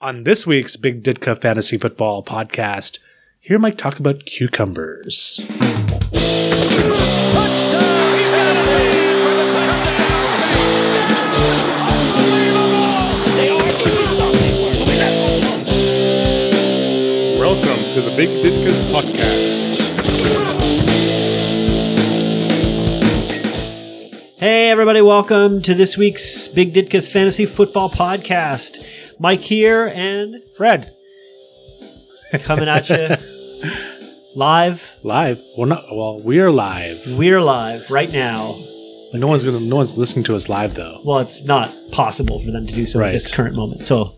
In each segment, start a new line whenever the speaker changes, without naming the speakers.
On this week's Big Ditka Fantasy Football podcast, hear Mike talk about cucumbers.
Touchdown! He's got a lead for the touchdown. Unbelievable! They are
Welcome to the Big Ditkas Podcast.
Hey, everybody, welcome to this week's Big Ditka's Fantasy Football Podcast. Mike here and
Fred,
coming at you live.
live. Well, not, well we are live.
We're live right now.
No one's gonna. No one's listening to us live though.
Well, it's not possible for them to do so
Right.
at this current moment. So,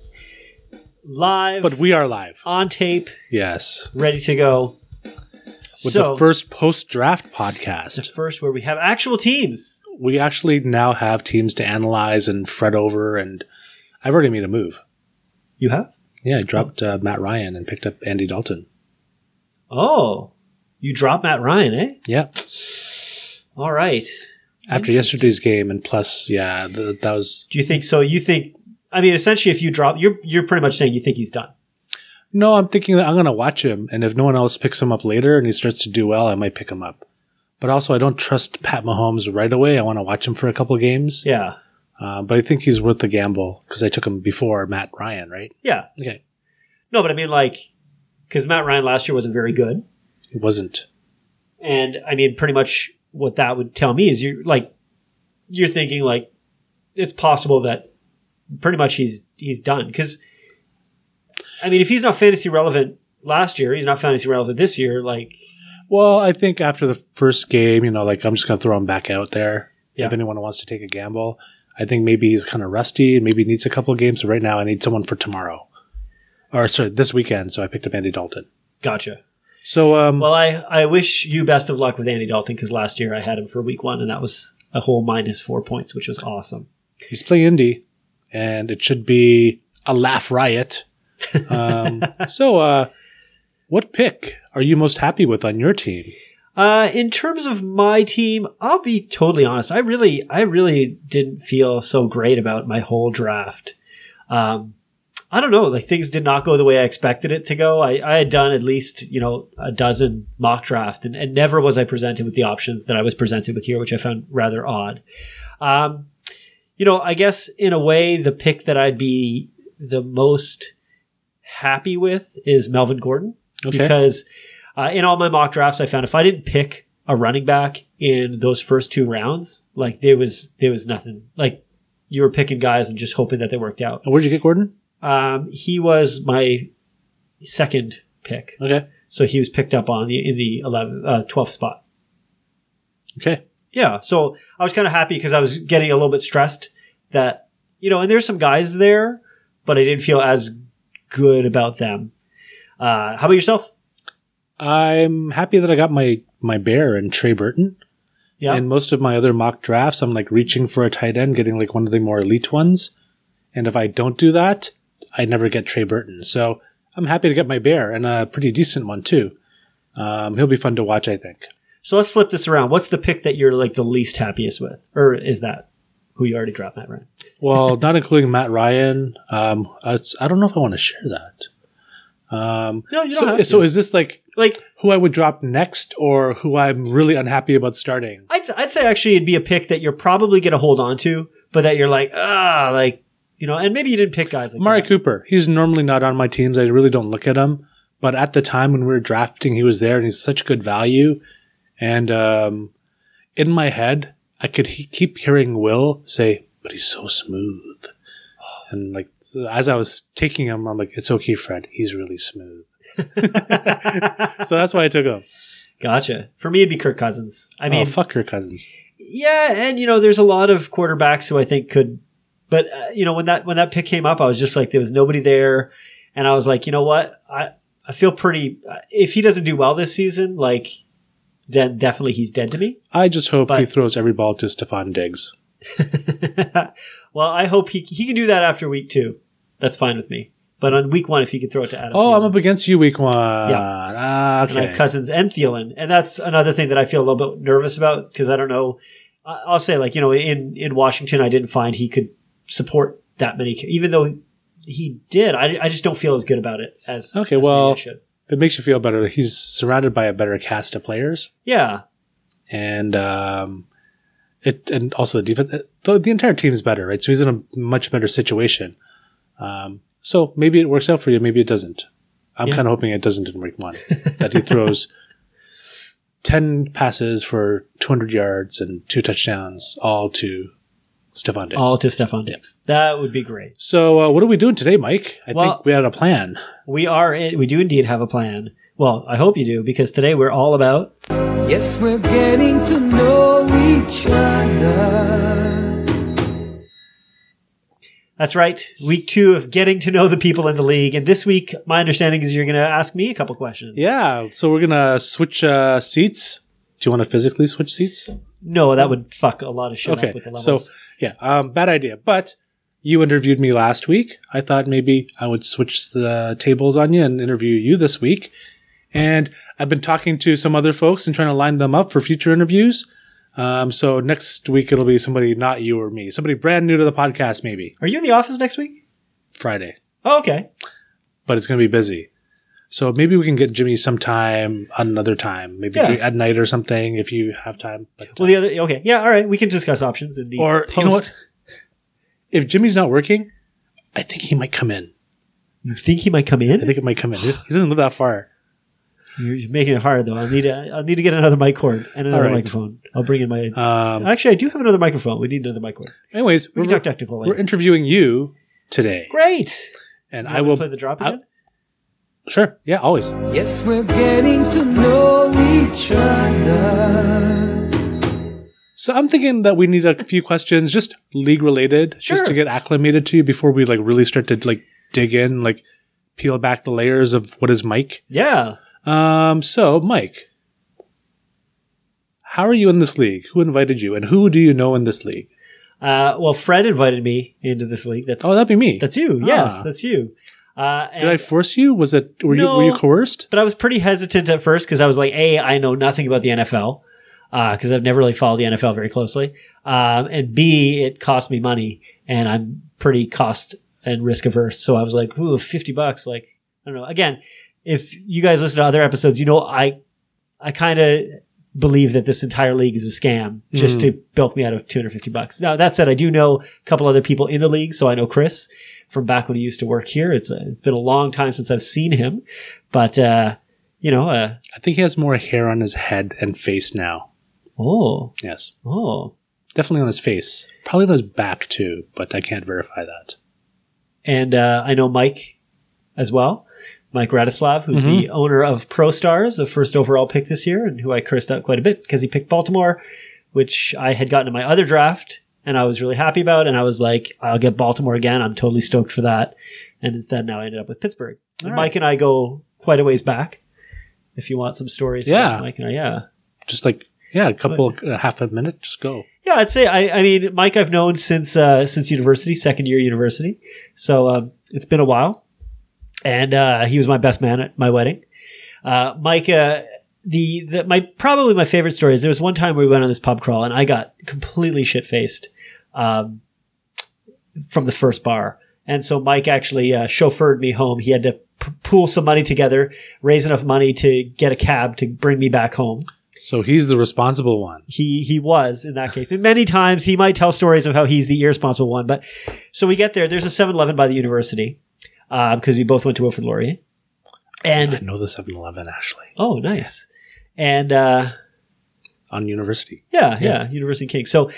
live,
But we are live.
on tape,
Yes,
ready to go.
with
so,
the first post-draft
the
podcast,
first where we have actual teams.
we actually now have teams to analyze and fret over. And I've already made a move.
You have?
Yeah, I dropped uh, Matt Ryan and picked up Andy Dalton.
Oh, you dropped Matt Ryan, eh?
Yeah,
All right.
after yesterday's game, and plus, yeah, th- that was
Do you think so? You think? I mean, essentially, if you drop, you're you're pretty much saying you think he's done.
No, I'm thinking that I'm going to watch him, and if no one else picks him up later and he starts to do well, I might pick him up. But also, I don't trust Pat Mahomes right away. I want to watch him for a couple games,
Yeah.
uh, but I think he's worth the gamble because I took him before Matt Ryan, right?
Yeah.
Okay,
No, but I mean, like, because Matt Ryan last year wasn't very good,
he wasn't.
and I mean, pretty much what that would tell me is you're like, you're thinking like, it's possible that pretty much he's he's done because, I mean, if he's not fantasy relevant last year, he's not fantasy relevant this year. Like,
Well, I think after the first game, you know, like I'm just going to throw him back out there.
Yeah.
If anyone wants to take a gamble, I think maybe he's kind of rusty and maybe needs a couple games. So right now, I need someone for tomorrow, or sorry, this weekend. So I picked up Andy Dalton.
gotcha.
So um,
Well, I I wish you best of luck with Andy Dalton because last year I had him for week one and that was a whole minus four points, which was awesome.
he's playing indie, and it should be a laugh riot. Um, so, uh, what pick are you most happy with on your team?
Uh, in terms of my team, I'll be totally honest. I really, I really didn't feel so great about my whole draft. Um, I don't know. Like things did not go the way I expected it to go. I, I had done at least you know a dozen mock draft, and, and never was I presented with the options that I was presented with here, which I found rather odd. Um, you know, I guess in a way, the pick that I'd be the most happy with is Melvin Gordon
Okay,
because uh, in all my mock drafts, I found if I didn't pick a running back in those first two rounds, like there was there was nothing. Like you were picking guys and just hoping that they worked out.
And Uh, where'd you get Gordon?
Um, he was my second pick,
Okay,
so he was picked up on the, in the 11th, uh, 12th spot.
okay,
Yeah, so I was kind of happy because I was getting a little bit stressed that you know, and there's some guys there, but I didn't feel as good about them. Uh, how about yourself?
I'm happy that I got my my bear and Trey Burton.
Yeah,
In most of my other mock drafts, I'm like reaching for a tight end, getting like one of the more elite ones, and if I don't do that, I never get Trey Burton. So I'm happy to get my bear and a pretty decent one too. Um, he'll be fun to watch, I think.
So let's flip this around. What's the pick that you're like the least happiest with, or is that who you already dropped, Matt Ryan?
Well, not including Matt Ryan. Um, it's, I don't know if I want to share that. Um,
No, Oh, you don't
so,
have to.
so is this like
like
who I would drop next, or who I'm really unhappy about starting?
I'd I'd say actually it'd be a pick that you're probably gonna hold on to, but that you're like ah like you know, and maybe you didn't pick guys like
Amari
that.
Cooper. He's normally not on my teams. I really don't look at him, but at the time when we were drafting, he was there, and he's such good value. And um, in my head, I could he- keep hearing Will say, "But he's so smooth." And like so as I was taking him, I'm like, "It's okay, Fred. He's really smooth." so that's why I took him.
Gotcha. For me, it'd be Kirk Cousins. I mean,
oh, fuck your cousins.
yeah, and you know, there's a lot of quarterbacks who I think could, but uh, you know, when that when that pick came up, I was just like, there was nobody there, and I was like, you know what, I I feel pretty. uh, If he doesn't do well this season, like, then definitely he's dead to me.
I just hope he
But-
throws every ball to Stefan Diggs.
well, I hope he he can do that after week two. That's fine with me. But on week one, if he could throw it to Adam,
Oh, I'm
Thielen
up against you, week one. Ah,
and I
okay.
have Cousins and Thielen, and that's another thing that I feel a little bit nervous about because I don't know. I- I'll say like you know in in Washington, I didn't find he could support that many, even though he did. I, I just don't feel as good about it as
Okay,
as maybe
well-
I should.
If it makes you feel better, he's surrounded by a better cast of players,
yeah,
and um, it and also the defense. The, the entire team is better, right? So he's in a much better situation. Um, so maybe it works out for you. Maybe it doesn't. I'm
Yeah.
kind of hoping it doesn't in week one that he throws ten passes for 200 yards and two touchdowns, all to Stephon Diggs.
all to Stefan Diggs. That would be great.
so uh, what are we doing today, Mike? I
Well-
think we had a plan.
We are. In, we do indeed have a plan. Well, I hope you do because today we're all about
Yes, we're getting to know each other.
That's right. Week two of getting to know the people in the league. And this week, my understanding is you're going to ask me a couple questions.
Yeah, so we're gonna switch uh, seats. Do you want to physically switch seats?
No, that would fuck a lot of shit
Okay,
up with the
so
levels.
yeah, um, bad idea. But you interviewed me last week. I thought maybe I would switch the tables on you and interview you this week. And I've been talking to some other folks and trying to line them up for future interviews. Um, so next week it'll be somebody not you or me, somebody brand new to the podcast, maybe
Are you in the office next week?
Friday.
Oh, okay.
but it's going to be busy. So maybe we can get Jimmy sometime another time, maybe
Yeah.
dur- at night or something if you have time. But, uh,
Well, the other. Okay. Yeah. All right. We can discuss options in the.
or you know what?
post.
If Jimmy's not working, I think he might come in.
You think he might come
I
in?
think it might come in. He he doesn't live that far.
You're you're making it hard though. I'll need. A, I'll need to get another mic cord and another
right.
microphone. I'll bring in my.
Um,
Actually, I do have another microphone. We need another mic cord.
anyways,
We
we're,
can talk technical
we're
later.
interviewing you today,
Great.
and
You
I
want me to
will.
play the drop
I-
again.
sure, yeah, always.
Yes, we're getting to know each other.
So I'm thinking that we need a few questions, just league related,
Sure.
just to get acclimated to you before we like really start to like dig in, like peel back the layers of what is Mike.
yeah.
Um, so, Mike, how are you in this league? Who invited you, and who do you know in this league?
Uh, well, Fred invited me into this league. That's
Oh, that'd be me.
That's you.
Ah.
Yes, that's you. Uh,
Did I
and-
force you? Was it were you were
No.
you coerced?
but I was pretty hesitant at first because I was like, A, I know nothing about the NFL because uh, I've never really followed the NFL very closely. Um, and B, it cost me money and I'm pretty cost and risk averse. So I was like, ooh, 50 bucks. Like, I don't know. Again, if you guys listen to other episodes, you know, I, I kind of believe that this entire league is a scam just
Mhm.
to bilk me out of 250 bucks. Now, that said, I do know a couple other people in the league. So I know Chris from back when he used to work here. It's, uh, it's been a long time since I've seen him, but, uh, you know, uh,
I think he has more hair on his head and face now.
oh,
Yes,
oh.
definitely on his face. Probably on his back too, but I can't verify that.
And uh, I know Mike as well, Mike Radislav, who's the
Mm-hmm.
owner of ProStars, the first overall pick this year, and who I cursed out quite a bit because he picked Baltimore, which I had gotten in my other draft and I was really happy about. And I was like, I'll get Baltimore again. I'm totally stoked for that. And instead, now I ended up with Pittsburgh. And
All right.
Mike and I go quite a ways back. If you want some stories,
Yeah.
Mike and I, yeah.
Just like yeah, a couple uh, half a minute, just go.
Yeah, I'd say I, I mean Mike I've known since uh, since university, second year university. So um, it's been a while, and uh, he was my best man at my wedding. Uh, Mike, uh, the, the my probably my favorite story is there was one time we went on this pub crawl and I got completely shit faced um, from the first bar, and so Mike actually uh, chauffeured me home. He had to p- pool some money together, raise enough money to get a cab to bring me back home
So he's the responsible one.
he he was in that case. And many times he might tell stories of how he's the irresponsible one. But so we get there. There's a 7-Eleven by the university because we both went to Wilfrid Laurier.
I
And
know the 7-Eleven actually
oh, nice. And uh,
on university.
yeah, yeah, University King. So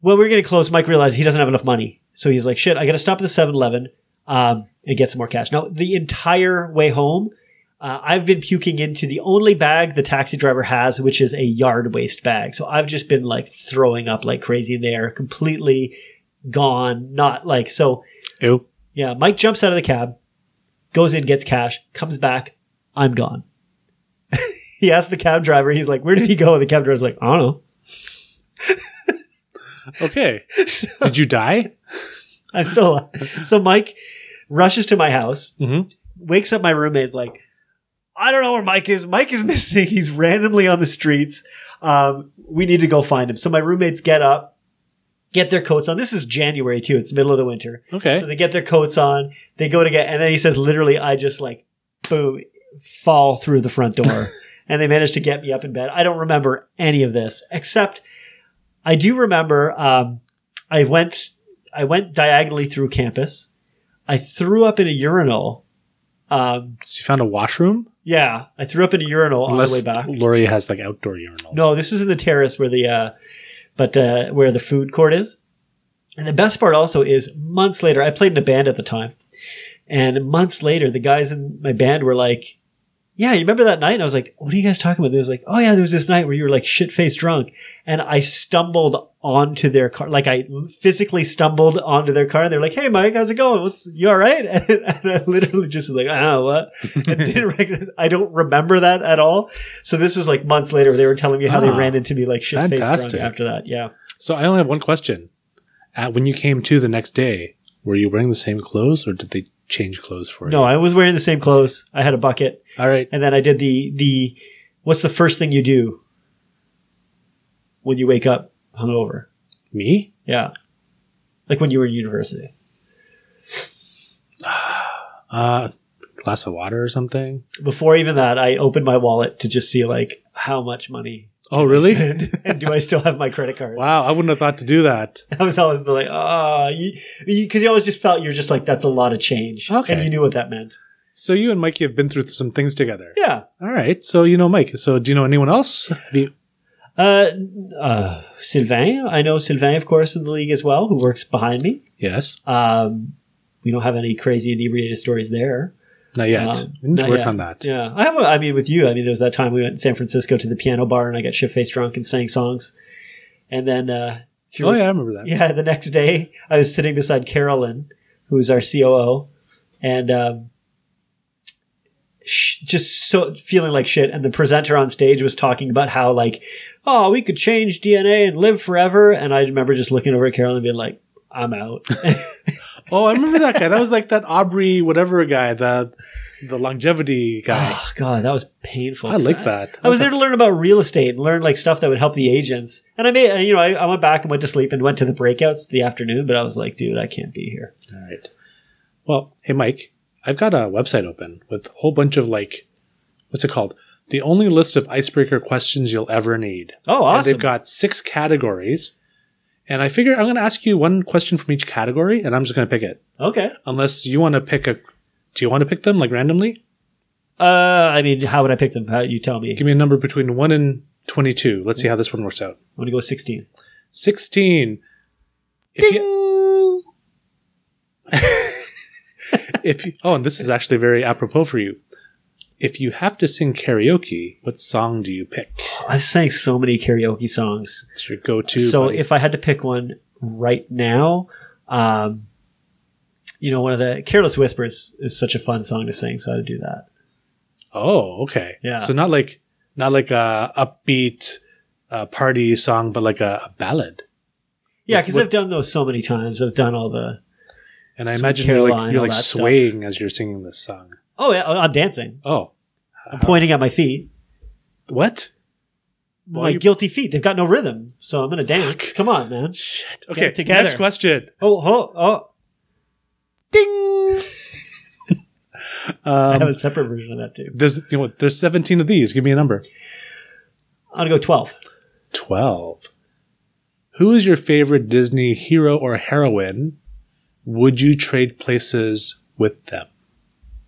when we were getting close, Mike realized he doesn't have enough money. So he's like, shit, I got to stop at the 7 Eleven um, and get some more cash. Now, the entire way home, uh, I've been puking into the only bag the taxi driver has, which is a yard waste bag. So I've just been like throwing up like crazy in there, completely gone, not like so.
Ew.
Yeah, Mike jumps out of the cab, goes in, gets cash, comes back. I'm gone. he asks the cab driver. He's like, "Where did he go?" And the cab driver's like, "I don't know."
Okay.
So-
Did you die?
I'm still alive. So Mike rushes to my house,
Mhm.
wakes up my roommate's like, I don't know where Mike is. Mike is missing. He's randomly on the streets. Um, we need to go find him. So my roommates get up, get their coats on. This is January too. It's middle of the winter.
Okay.
So they get their coats on. They go to get, and then he says, literally, I just like, boom, fall through the front door. and they managed to get me up in bed. I don't remember any of this, except I do remember um, I went I went diagonally through campus. I threw up in a urinal. Um,
So you found a washroom?
yeah, I threw up in a urinal on
Unless
the way back.
Lori has like outdoor urinals.
No, this was in the terrace where the uh, but uh, where the food court is. And the best part also is months later, I played in a band at the time. And months later, the guys in my band were like, Yeah, you remember that night? And I was like, What are you guys talking about? They was like, Oh yeah, there was this night where you were like shit faced drunk. And I stumbled onto their car. Like I physically stumbled onto their car and they're like, Hey Mike, how's it going? What's you all right? And, I literally just was like, Ah, what? And didn't recognize I don't remember that at all. So this was like months later where they were telling me how they
Ah,
ran into me like shit faced drunk
fantastic.
after that. Yeah.
So I only have one question. At, when you came to the next day, were you wearing the same clothes or did they change clothes for
No,
you?
I was wearing the same clothes. I had a bucket,
All right.
and then I did the the. What's the first thing you do when you wake up hungover?
Me?
Yeah, like when you were in university.
Uh, glass of water or something?
Before even that, I opened my wallet to just see like how much money
Oh, really?
and do I still have my credit card?
wow. I wouldn't have thought to do that.
I was always the, like, ah, you because you, always just felt you're just like that's a lot of change,
Okay.
and you knew what that meant.
So you and Mikey have been through some things together.
Yeah.
All right. So you know Mike. So do you know anyone else? Have you?
Uh, uh, Sylvain, I know Sylvain, of course, in the league as well, who works behind me.
Yes.
Um, we don't have any crazy inebriated stories there.
Not yet.
Um,
we need to
not
work
yet.
on that.
Yeah, I have. A, I mean, with you, I mean, there was that time we went in San Francisco to the piano bar, and I got shit faced drunk and sang songs. And then, uh, if you
Oh
re-
yeah, I remember that.
yeah, the next day I was sitting beside Carolyn, who's our COO, and um, sh- just so feeling like shit. And the presenter on stage was talking about how like, oh, we could change DNA and live forever. And I remember just looking over at Carolyn and being like, I'm out.
Oh, I remember that guy. That was like that Aubrey whatever guy, the the longevity guy.
Oh god, that was painful.
I like that.
I was there to learn about real estate and learn like stuff that would help the agents. And I made, you know, I, I went back and went to sleep and went to the breakouts the afternoon. But I was like, dude, I can't be here.
All right. Well, hey Mike, I've got a website open with a whole bunch of like, what's it called? The only list of icebreaker questions you'll ever need.
Oh,
And
awesome.
they've got six categories, and I figure I'm going to ask you one question from each category, and I'm just going to pick it.
okay.
Unless you want to pick a, do you want to pick them like randomly?
Uh, I mean, how would I pick them? How you tell me?
Give me a number between one and twenty-two. Let's see how this one works out.
I'm gonna go 16.
16. If you, if you, oh, and this is actually very apropos for you. If you have to sing karaoke, what song do you pick?
I've sang so many karaoke songs.
It's your go-to.
so
buddy.
if I had to pick one right now, um, you know, one of the "Careless Whispers" is such a fun song to sing, so I'd do that.
oh, okay,
Yeah.
So not like not like a upbeat uh, party song, but like a, a ballad.
Yeah,
What-
because
what-
I've done those so many times. I've done all the
And I
Sweet
imagine you're
Caroline,
like you're
all
like
that stuff.
swaying as you're singing this song.
Oh yeah, I'm dancing.
Oh,
I'm pointing at my feet.
what? Well,
my
you-
guilty feet. They've got no rhythm, so I'm gonna dance. Come on, man.
Shit. Okay,
together.
next question.
Oh, oh, oh! I have
Um,
a separate version of that too.
there's you know there's 17 of these. Give me a number.
I'm gonna go 12.
12. Who is your favorite Disney hero or heroine? Would you trade places with them?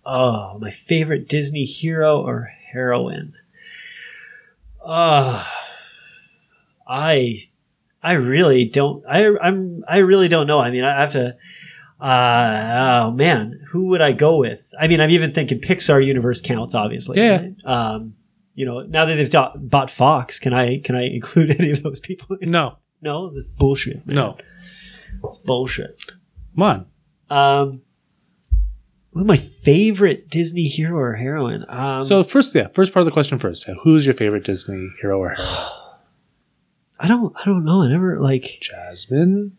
Oh, my favorite Disney hero or heroine. Ah, I, I really don't. I, I'm. I really don't know. I mean, I have to. Uh, oh man, who would I go with? I mean, I'm even thinking Pixar universe counts, obviously.
Yeah.
right? Um, you know, now that they've do- bought Fox, can I can I include any of those people?
No,
no, that's bullshit. man.
no.
it's bullshit.
Come on.
Um, what my favorite Disney hero or heroine? Um,
So first, yeah, first part of the question first. Who's your favorite Disney hero or heroine?
I don't I don't know. I never like
Jasmine,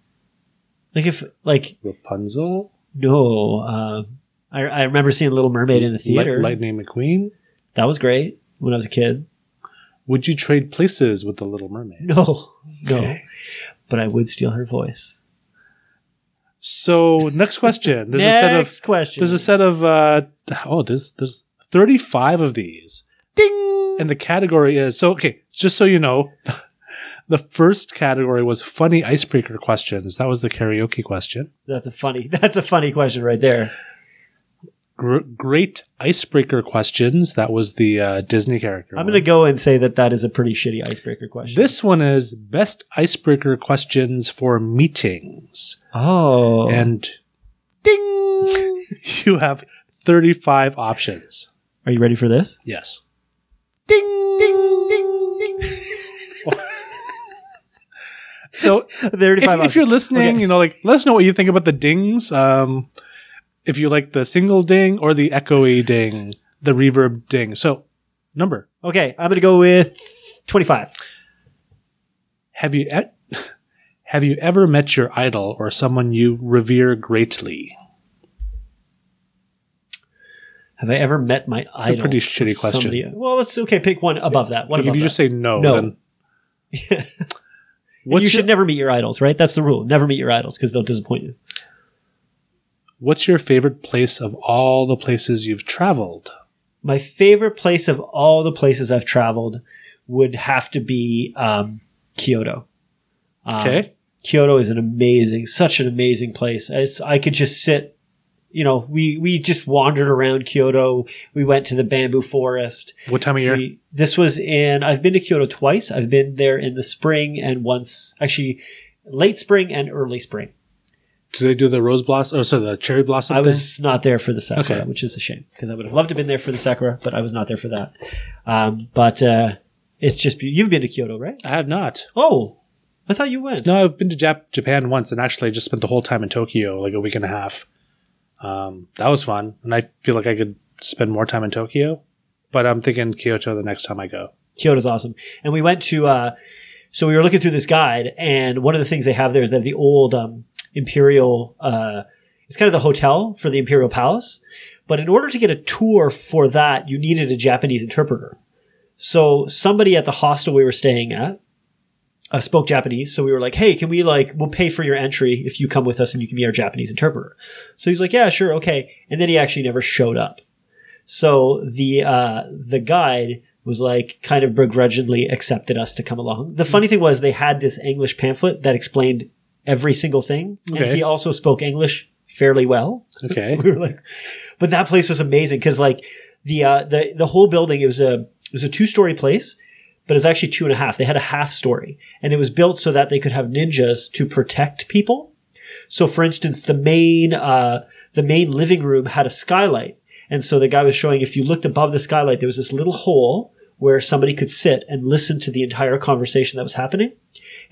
like if like
Rapunzel,
no. Um, I I remember seeing Little Mermaid in the
Light-
theater.
Lightning McQueen.
That was great when I was a kid.
Would you trade places with the Little Mermaid?
No, no. but I would steal her voice.
So next question. There's a set
Next
of
question.
there's a set of uh, oh there's there's 35 of these. Ding. And the category is so okay. Just so you know, the first category was funny icebreaker questions. That was the karaoke question.
That's a funny. That's a funny question right there.
Gr- great icebreaker questions. That was the uh, Disney character.
I'm
one.
gonna go and say that that is a pretty shitty icebreaker question.
This one is best icebreaker questions for meetings.
oh,
And ding, you have 35 options.
are you ready for this?
Yes. Ding, ding, ding, ding. so if,
35
if you're
options.
listening,
Okay.
you know, like, let us know what you think about the dings. Um, if you like the single ding or the echoey ding, the reverb ding. So, number.
okay, I'm gonna go with 25.
Have you e- have you ever met your idol or someone you revere greatly?
Have I ever met my
It's a
idol?
pretty shitty question.
Somebody- well, let's okay. Pick one above that. One
Like, if
above
you
that.
just say no,
No.
then
And
what's
you should
your,
never meet your idols, right? That's the rule. Never meet your idols because they'll disappoint you.
what's your favorite place of all the places you've traveled?
My favorite place of all the places I've traveled would have to be um, Kyoto. Um,
Okay.
Kyoto is an amazing, such an amazing place. As I could just sit, you know, we we just wandered around Kyoto. We went to the bamboo forest.
What time of year?
We, this was in. I've been to Kyoto twice. I've been there in the spring and once, actually, late spring and early spring.
Do they do the rose blossom? Oh, sorry, the cherry blossom.
I
thing?
was not there for the sakura,
Okay.
which is a shame because I would have loved to have been there for the sakura, but I was not there for that. Um, but uh, it's just be- you've been to Kyoto, right?
I have not.
Oh, I thought you went.
No, I've been to Jap- Japan once, and actually, I just spent the whole time in Tokyo, like a week and a half. Um, that was fun, and I feel like I could spend more time in Tokyo. But I'm thinking Kyoto the next time I go.
Kyoto's awesome. And we went to, uh, so we were looking through this guide, and one of the things they have there is that the old um, Imperial, uh, it's kind of the hotel for the Imperial Palace. But in order to get a tour for that, you needed a Japanese interpreter. So somebody at the hostel we were staying at uh, spoke Japanese. So we were like, hey, can we like, we'll pay for your entry if you come with us and you can be our Japanese interpreter. So he's like, yeah, sure, okay. And then he actually never showed up. So the uh, the guide was like kind of begrudgingly accepted us to come along. The funny thing was they had this English pamphlet that explained every single thing,
Okay.
and he also spoke English fairly well.
Okay.
we were like, but that place was amazing because like the uh, the the whole building it was a it was a two story place, but it was actually two and a half. They had a half story, and it was built so that they could have ninjas to protect people. So, for instance, the main uh, the main living room had a skylight, and so the guy was showing if you looked above the skylight, there was this little hole where somebody could sit and listen to the entire conversation that was happening.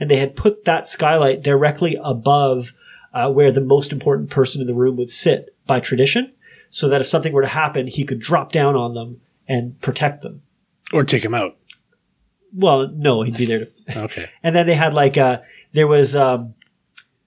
And they had put that skylight directly above uh, where the most important person in the room would sit by tradition, so that if something were to happen, he could drop down on them and protect them.
or take him out.
Well, no, he'd be there to
Okay.
and then they had like uh there was um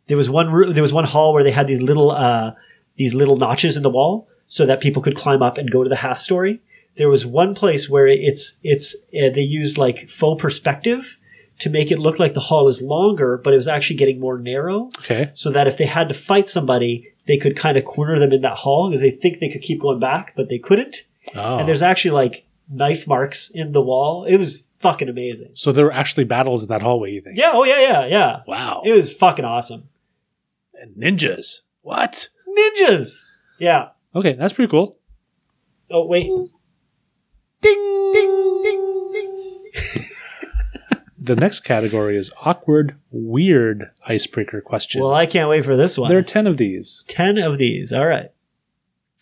there was one room there was one hall where they had these little uh these little notches in the wall so that people could climb up and go to the half story there was one place where it's it's uh, they used like faux perspective to make it look like the hall is longer but it was actually getting more narrow
Okay.
so that if they had to fight somebody they could kind of corner them in that hall because they think they could keep going back but they couldn't
Oh.
and there's actually like knife marks in the wall it was fucking amazing
so there were actually battles in that hallway. You think?
yeah oh yeah yeah yeah
Wow.
it was fucking awesome.
Ninjas. What?
Ninjas. Yeah.
Okay, that's pretty cool.
Oh wait.
The next category is awkward, weird icebreaker questions.
Well, I can't wait for this one.
there
There
are ten of these.
ten of these. All right.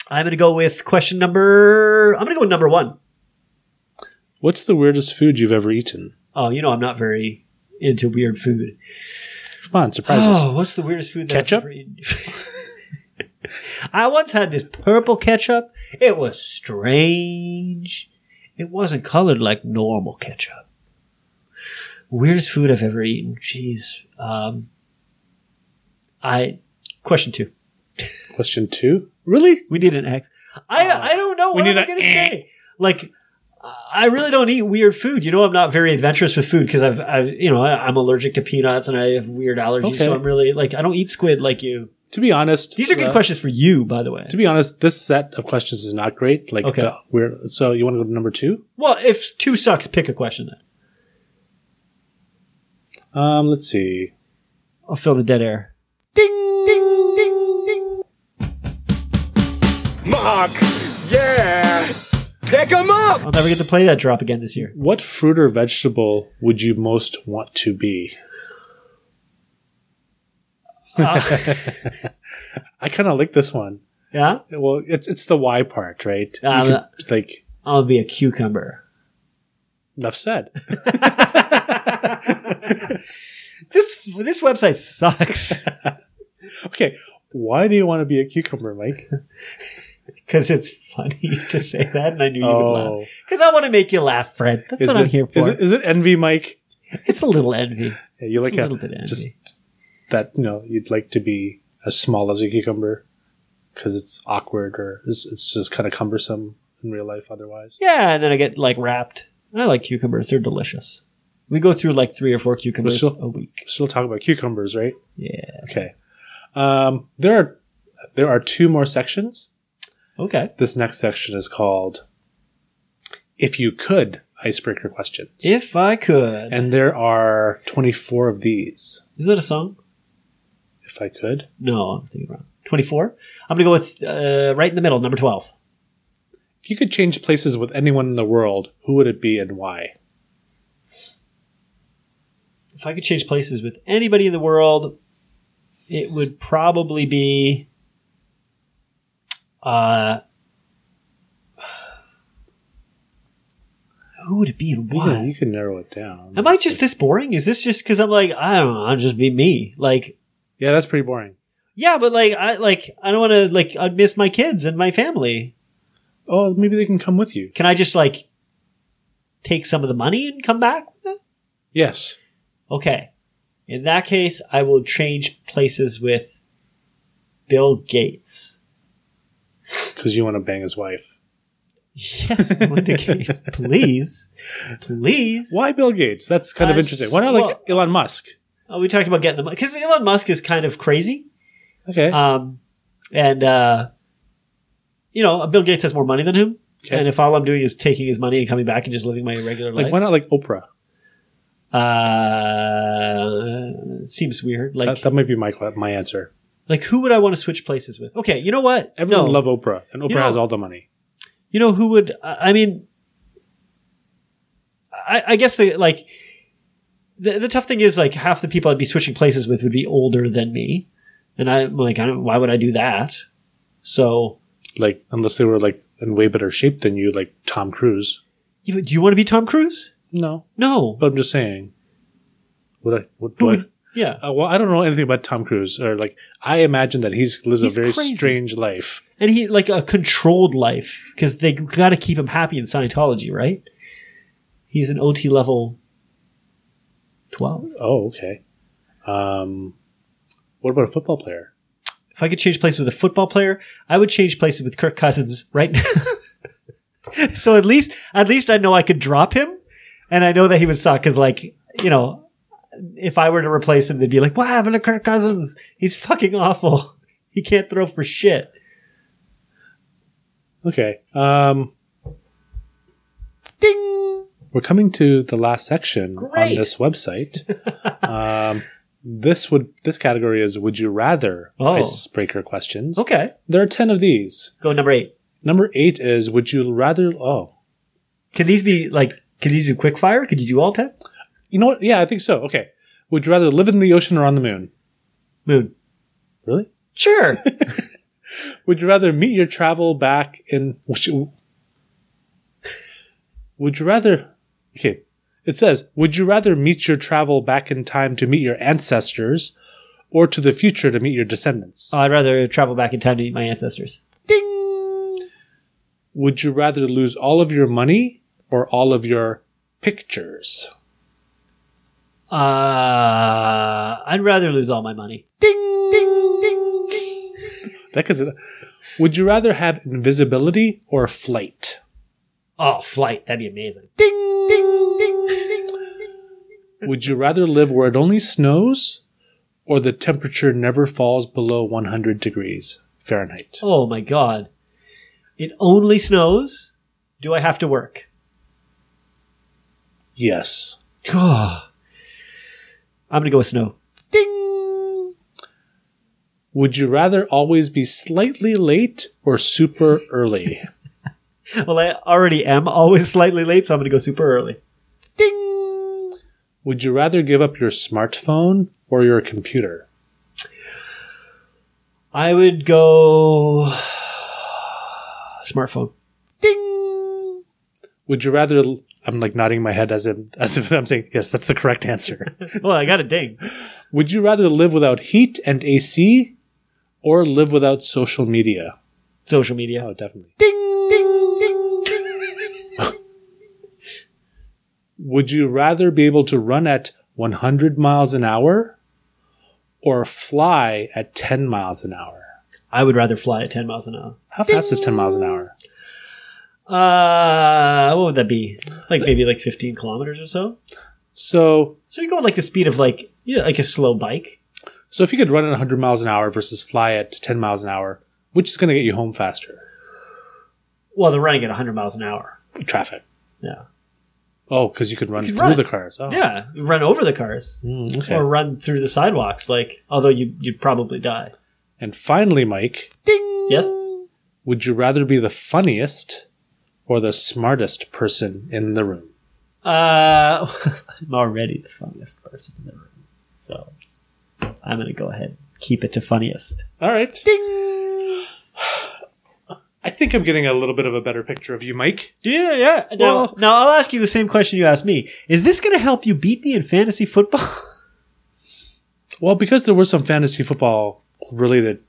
I'm gonna go with question number. I'm gonna go with number one.
What's the weirdest food you've ever eaten?
Oh, you know I'm not very into weird food.
Come on, surprise us.
Oh, what's the weirdest food? That I've
Ketchup?
ever eaten? I once had this purple ketchup. It was strange. It wasn't colored like normal ketchup. Weirdest food I've ever eaten. Jeez. Um, I question two.
Question two. Really?
We need an X. I I don't know
Uh, We
what
need
am I
a
gonna
eh.
say. Like I really don't eat weird food. You know, I'm not very adventurous with food because I've, I've, you know, I- I'm allergic to peanuts and I have weird allergies.
Okay.
So I'm really like, I don't eat squid like you.
To be honest,
These are good
uh,
questions for you, by the way.
To be honest, this set of questions is not great. Like,
Okay.
the, we're so you want to go to number two?
Well, if two sucks, pick a question then.
Um, let's see.
I'll fill the dead air.
Mark! Yeah! Pick 'em up!
I'll never get to play that drop again this year.
What fruit or vegetable would you most want to be?
Uh,
I kind of like this one.
yeah,
Well, it's it's the why part, right? You
Um,
could, like
I'll be a cucumber.
enough said.
This this website sucks
okay, why do you want to be a cucumber, Mike?
because it's funny to say that, and I knew you would laugh
Oh,
because I want to make you laugh, Fred. That's
is
what
it,
I'm here for.
is it- is it envy, Mike?
It's a little envy.
Yeah, you like
it's a
a,
little bit envy.
just that you know you'd like to be as small as a cucumber because it's awkward or it's, it's just kind of cumbersome in real life otherwise.
yeah, and then I get like wrapped. I like cucumbers; they're delicious. We go through like three or four cucumbers
Michelle?
a week.
Still talking about cucumbers, right?
Yeah.
Okay. Um, there are there are two more sections.
Okay.
This next section is called "If You Could" icebreaker questions,
If I could,
and there are twenty four of these.
is that a song?
If I could,
No, I'm thinking wrong. Twenty-four. I'm gonna go with uh, right in the middle, number twelve.
if you could change places with anyone in the world, who would it be and why?
if I could change places with anybody in the world, it would probably be uh who would it be and
You can,
why?
you can narrow it down.
Am I just this boring? Is this just because I'm like I don't know? I'll just be me. Like
Yeah, that's pretty boring.
yeah, but like I like I don't want to like I'd miss my kids and my family.
Oh, maybe they can come with you.
Can I just like take some of the money and come back with it?
Yes.
Okay. In that case, I will change places with Bill Gates.
because you want to bang his wife.
Yes, Melinda Gates, please. Please.
Why Bill Gates? That's kind of
I
interesting.
just-
Why not like
well-
Elon Musk?
Oh, we talked about getting the money. Because Elon Musk is kind of crazy.
Okay.
Um, and, uh, you know, Bill Gates has more money than him.
Okay.
And if all I'm doing is taking his money and coming back and just living my regular
like
life,
why not like Oprah?
uh, seems weird. Like,
that, that might be my que- my answer.
like who would I want to switch places with? Okay, you know what?
Everyone
No.
love Oprah, and Oprah
know-
has all the money.
you know who would i I mean i, I guess the like the, the tough thing is like half the people i'd be switching places with would be older than me and i'm like I don't, why would i do that so
Like unless they were like in way better shape than you, like Tom Cruise.
you, do you want to be tom cruise
No,
no
but I'm just saying. Would I? Would,
Who
do I-
would- yeah
Uh, well, I don't know anything about Tom Cruise, or like I imagine that he's lives
He's
a very
crazy.
strange life.
and he like a controlled life because they got to keep him happy in scientology right he's an ot level 12
Oh, okay. Um, what about a football player?
if I could change places with a football player, I would change places with Kirk Cousins right now. so at least, at least I know I could drop him, and I know that he would suck. Because like, you know, if I were to replace him, they'd be like, "What happened to Kirk Cousins? He's fucking awful. He can't throw for shit."
Okay. Um, We're coming to the last section on
Great.
this website. um, this would this category is "Would you rather?"
Oh.
icebreaker questions.
Okay,
There are ten of these.
go number eight.
Number eight is "Would you rather?" Oh,
Can these be like? Can you do quick fire? Could you do all ten?
you know what? Yeah, I think so. Okay. Would you rather live in the ocean or on the moon?
Moon.
Really?
Sure.
Would you rather meet your travel back in? Would you, would you rather? Okay, it says, would you rather meet your travel back in time to meet your ancestors, or to the future to meet your descendants? Uh,
I'd rather travel back in time to meet my ancestors.
would you rather lose all of your money or all of your pictures?
Uh, I'd rather lose all my money.
That could. Would you rather have invisibility or flight?
Oh, flight. That'd be amazing.
Would you rather live where it only snows or the temperature never falls below 100 degrees Fahrenheit?
Oh my god. It only snows. Do I have to work?
Yes.
God. I'm gonna go with snow.
Would you rather always be slightly late or super early?
Well, I already am always slightly late, so I'm gonna go super early.
Would you rather give up your smartphone or your computer?
I would go smartphone.
Would you rather I'm like nodding my head as if as if I'm saying yes, that's the correct answer.
Well, I got a ding.
Would you rather live without heat and AC or live without social media?
Social media.
Oh, definitely. Would you rather be able to run at 100 miles an hour or fly at 10 miles an hour?
I would rather fly at 10 miles an hour.
How fast is 10 miles an hour?
Uh, what would that be? Like maybe like 15 kilometers or so.
So,
So you go at like the speed of like yeah, like a slow bike.
so if you could run at 100 miles an hour versus fly at 10 miles an hour, which is going to get you home faster?
Well, they're running at 100 miles an hour.
Traffic.
Yeah.
Oh, because you could run
You could
through
run.
the cars. Oh.
Yeah, you run over the cars
Mm, okay.
or run through the sidewalks. Like, although you you'd probably die.
and finally, Mike,
Yes.
would you rather be the funniest or the smartest person in the room?
Uh, I'm already the funniest person in the room, so I'm gonna go ahead and keep it to funniest.
All right. I think I'm getting a little bit of a better picture of you, Mike.
Yeah, yeah. Now,
Well-
now I'll ask you the same question you asked me. Is this gonna help you beat me in fantasy football?
Well, because there were some fantasy football related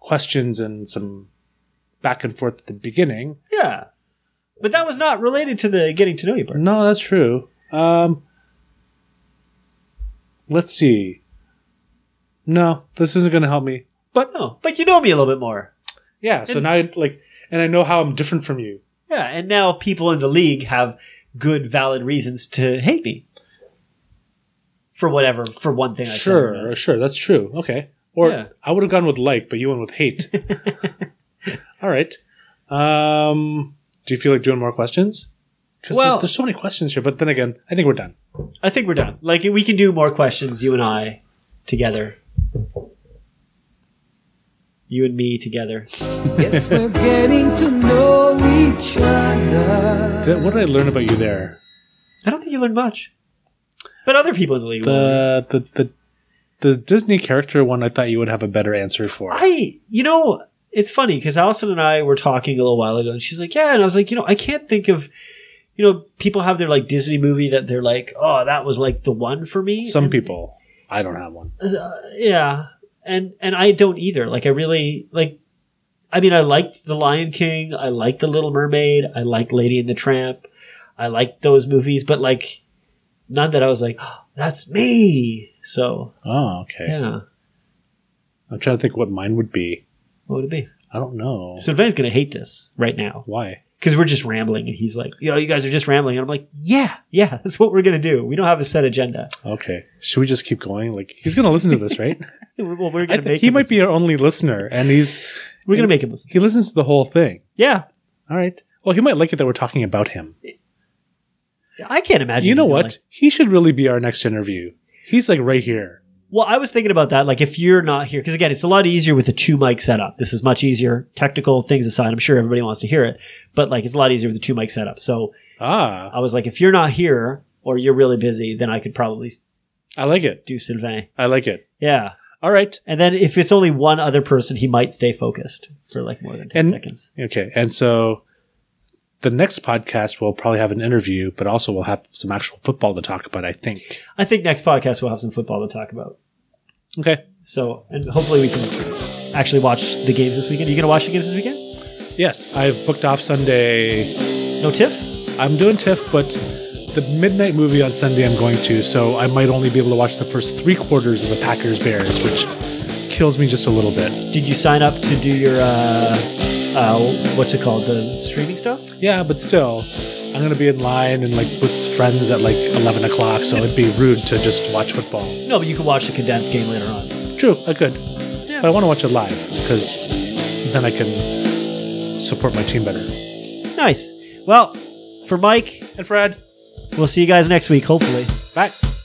questions and some back and forth at the beginning.
yeah. But that was not related to the getting to know you part.
No, that's true. Um, let's see. No, this isn't going to help me.
But no, but you know me a little bit more.
Yeah, so
And-
now I like, and I know how I'm different from you.
Yeah, and now people in the league have good, valid reasons to hate me for whatever, for one thing. I said about
Sure,
it.
sure, that's true. Okay. Or
Yeah.
I would have gone with like, but you went with hate. All right. Um, do you feel like doing more questions? Because
Well-
there's, there's so many questions here, but then again, I think we're done.
I think we're done. Like we can do more questions, you and I, together. You and me together.
Yes, we're getting to know each other.
Did- what did I learn about you there?
I don't think you learned much, but other people in the league. will.
The the the the Disney character one I thought you would have a better answer for.
I, you know, it's funny because Allison and I were talking a little while ago, and she's like, "Yeah," and I was like, "You know, I can't think of." You know, people have their like Disney movie that they're like, "Oh, that was like the one for me."
Some
And-
people. I don't have one.
uh, yeah and and i don't either like i really like i mean i liked the lion king i liked the little mermaid i liked lady and the tramp i liked those movies but like none that i was like "Oh, that's me so
Oh, okay.
yeah
I'm trying to think what mine would be.
what would it be
I don't know.
sylvain's gonna hate this right now
Why?
because we're just rambling and he's like you know you guys are just rambling and i'm like yeah yeah that's what we're gonna do we don't have a set agenda
Okay. Should we just keep going? Like he's gonna listen to this, right?
well, we're
I
gonna
think
make
he
him
might
listen.
be our only listener, and he's
we're gonna make him listen
he listens to the whole thing.
yeah
All right. Well, he might like it that we're talking about him.
i can't imagine
You know
him,
what?
like-
he should really be our next interview. He's like right here.
Well, I was thinking about that. Like, if you're not here, because again, it's a lot easier with a two mic setup. This is much easier. Technical things aside, I'm sure everybody wants to hear it, but like, it's a lot easier with a two mic setup. So
Ah,
I was like, if you're not here or you're really busy, then I could probably
I like it.
do Sylvain.
I like it.
Yeah.
All right.
And then if it's only one other person, he might stay focused for like more than 10
And-
seconds.
Okay. And so the next podcast will probably have an interview, but also we'll have some actual football to talk about, I think.
I think next podcast we'll have some football to talk about.
Okay.
So, and hopefully we can actually watch the games this weekend. you going to watch the games this weekend?
Yes, I've booked off Sunday.
No tiff?
I'm doing TIFF, but the midnight movie on Sunday I'm going to, so I might only be able to watch the first three quarters of the Packers Bears, which kills me just a little bit.
Did you sign up to do your uh, uh, what's it called? The streaming stuff?
Yeah, but still, I'm gonna be in line and like with friends at like 11 o'clock, so it'd be rude to just watch football.
No, but you can watch the condensed game later on.
True, I could,
Yeah.
but I want to watch it live because then I can support my team better.
Nice. Well, for Mike,
And Fred,
we'll see you guys next week, hopefully.
bye.